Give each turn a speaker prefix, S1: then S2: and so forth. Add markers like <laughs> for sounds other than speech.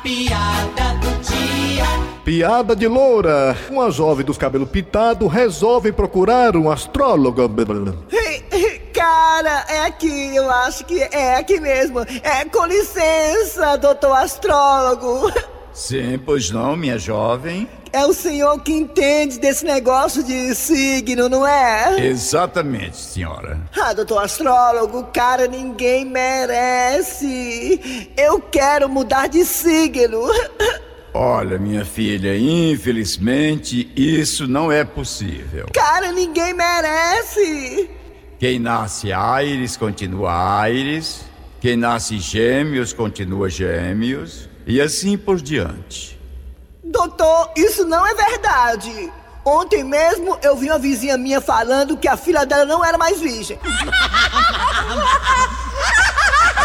S1: piada do dia.
S2: Piada de loura. Uma jovem dos cabelos pintado resolve procurar um astrólogo.
S3: <laughs> Cara, é aqui, eu acho que é aqui mesmo. É com licença, doutor astrólogo. <laughs>
S4: Sim, pois não, minha jovem.
S3: É o senhor que entende desse negócio de signo, não é?
S4: Exatamente, senhora.
S3: Ah, doutor astrólogo, cara, ninguém merece. Eu quero mudar de signo. <laughs>
S4: Olha, minha filha, infelizmente isso não é possível.
S3: Cara, ninguém merece.
S4: Quem nasce Aires continua Aires, quem nasce Gêmeos continua Gêmeos, e assim por diante.
S3: Doutor, isso não é verdade. Ontem mesmo eu vi uma vizinha minha falando que a filha dela não era mais virgem.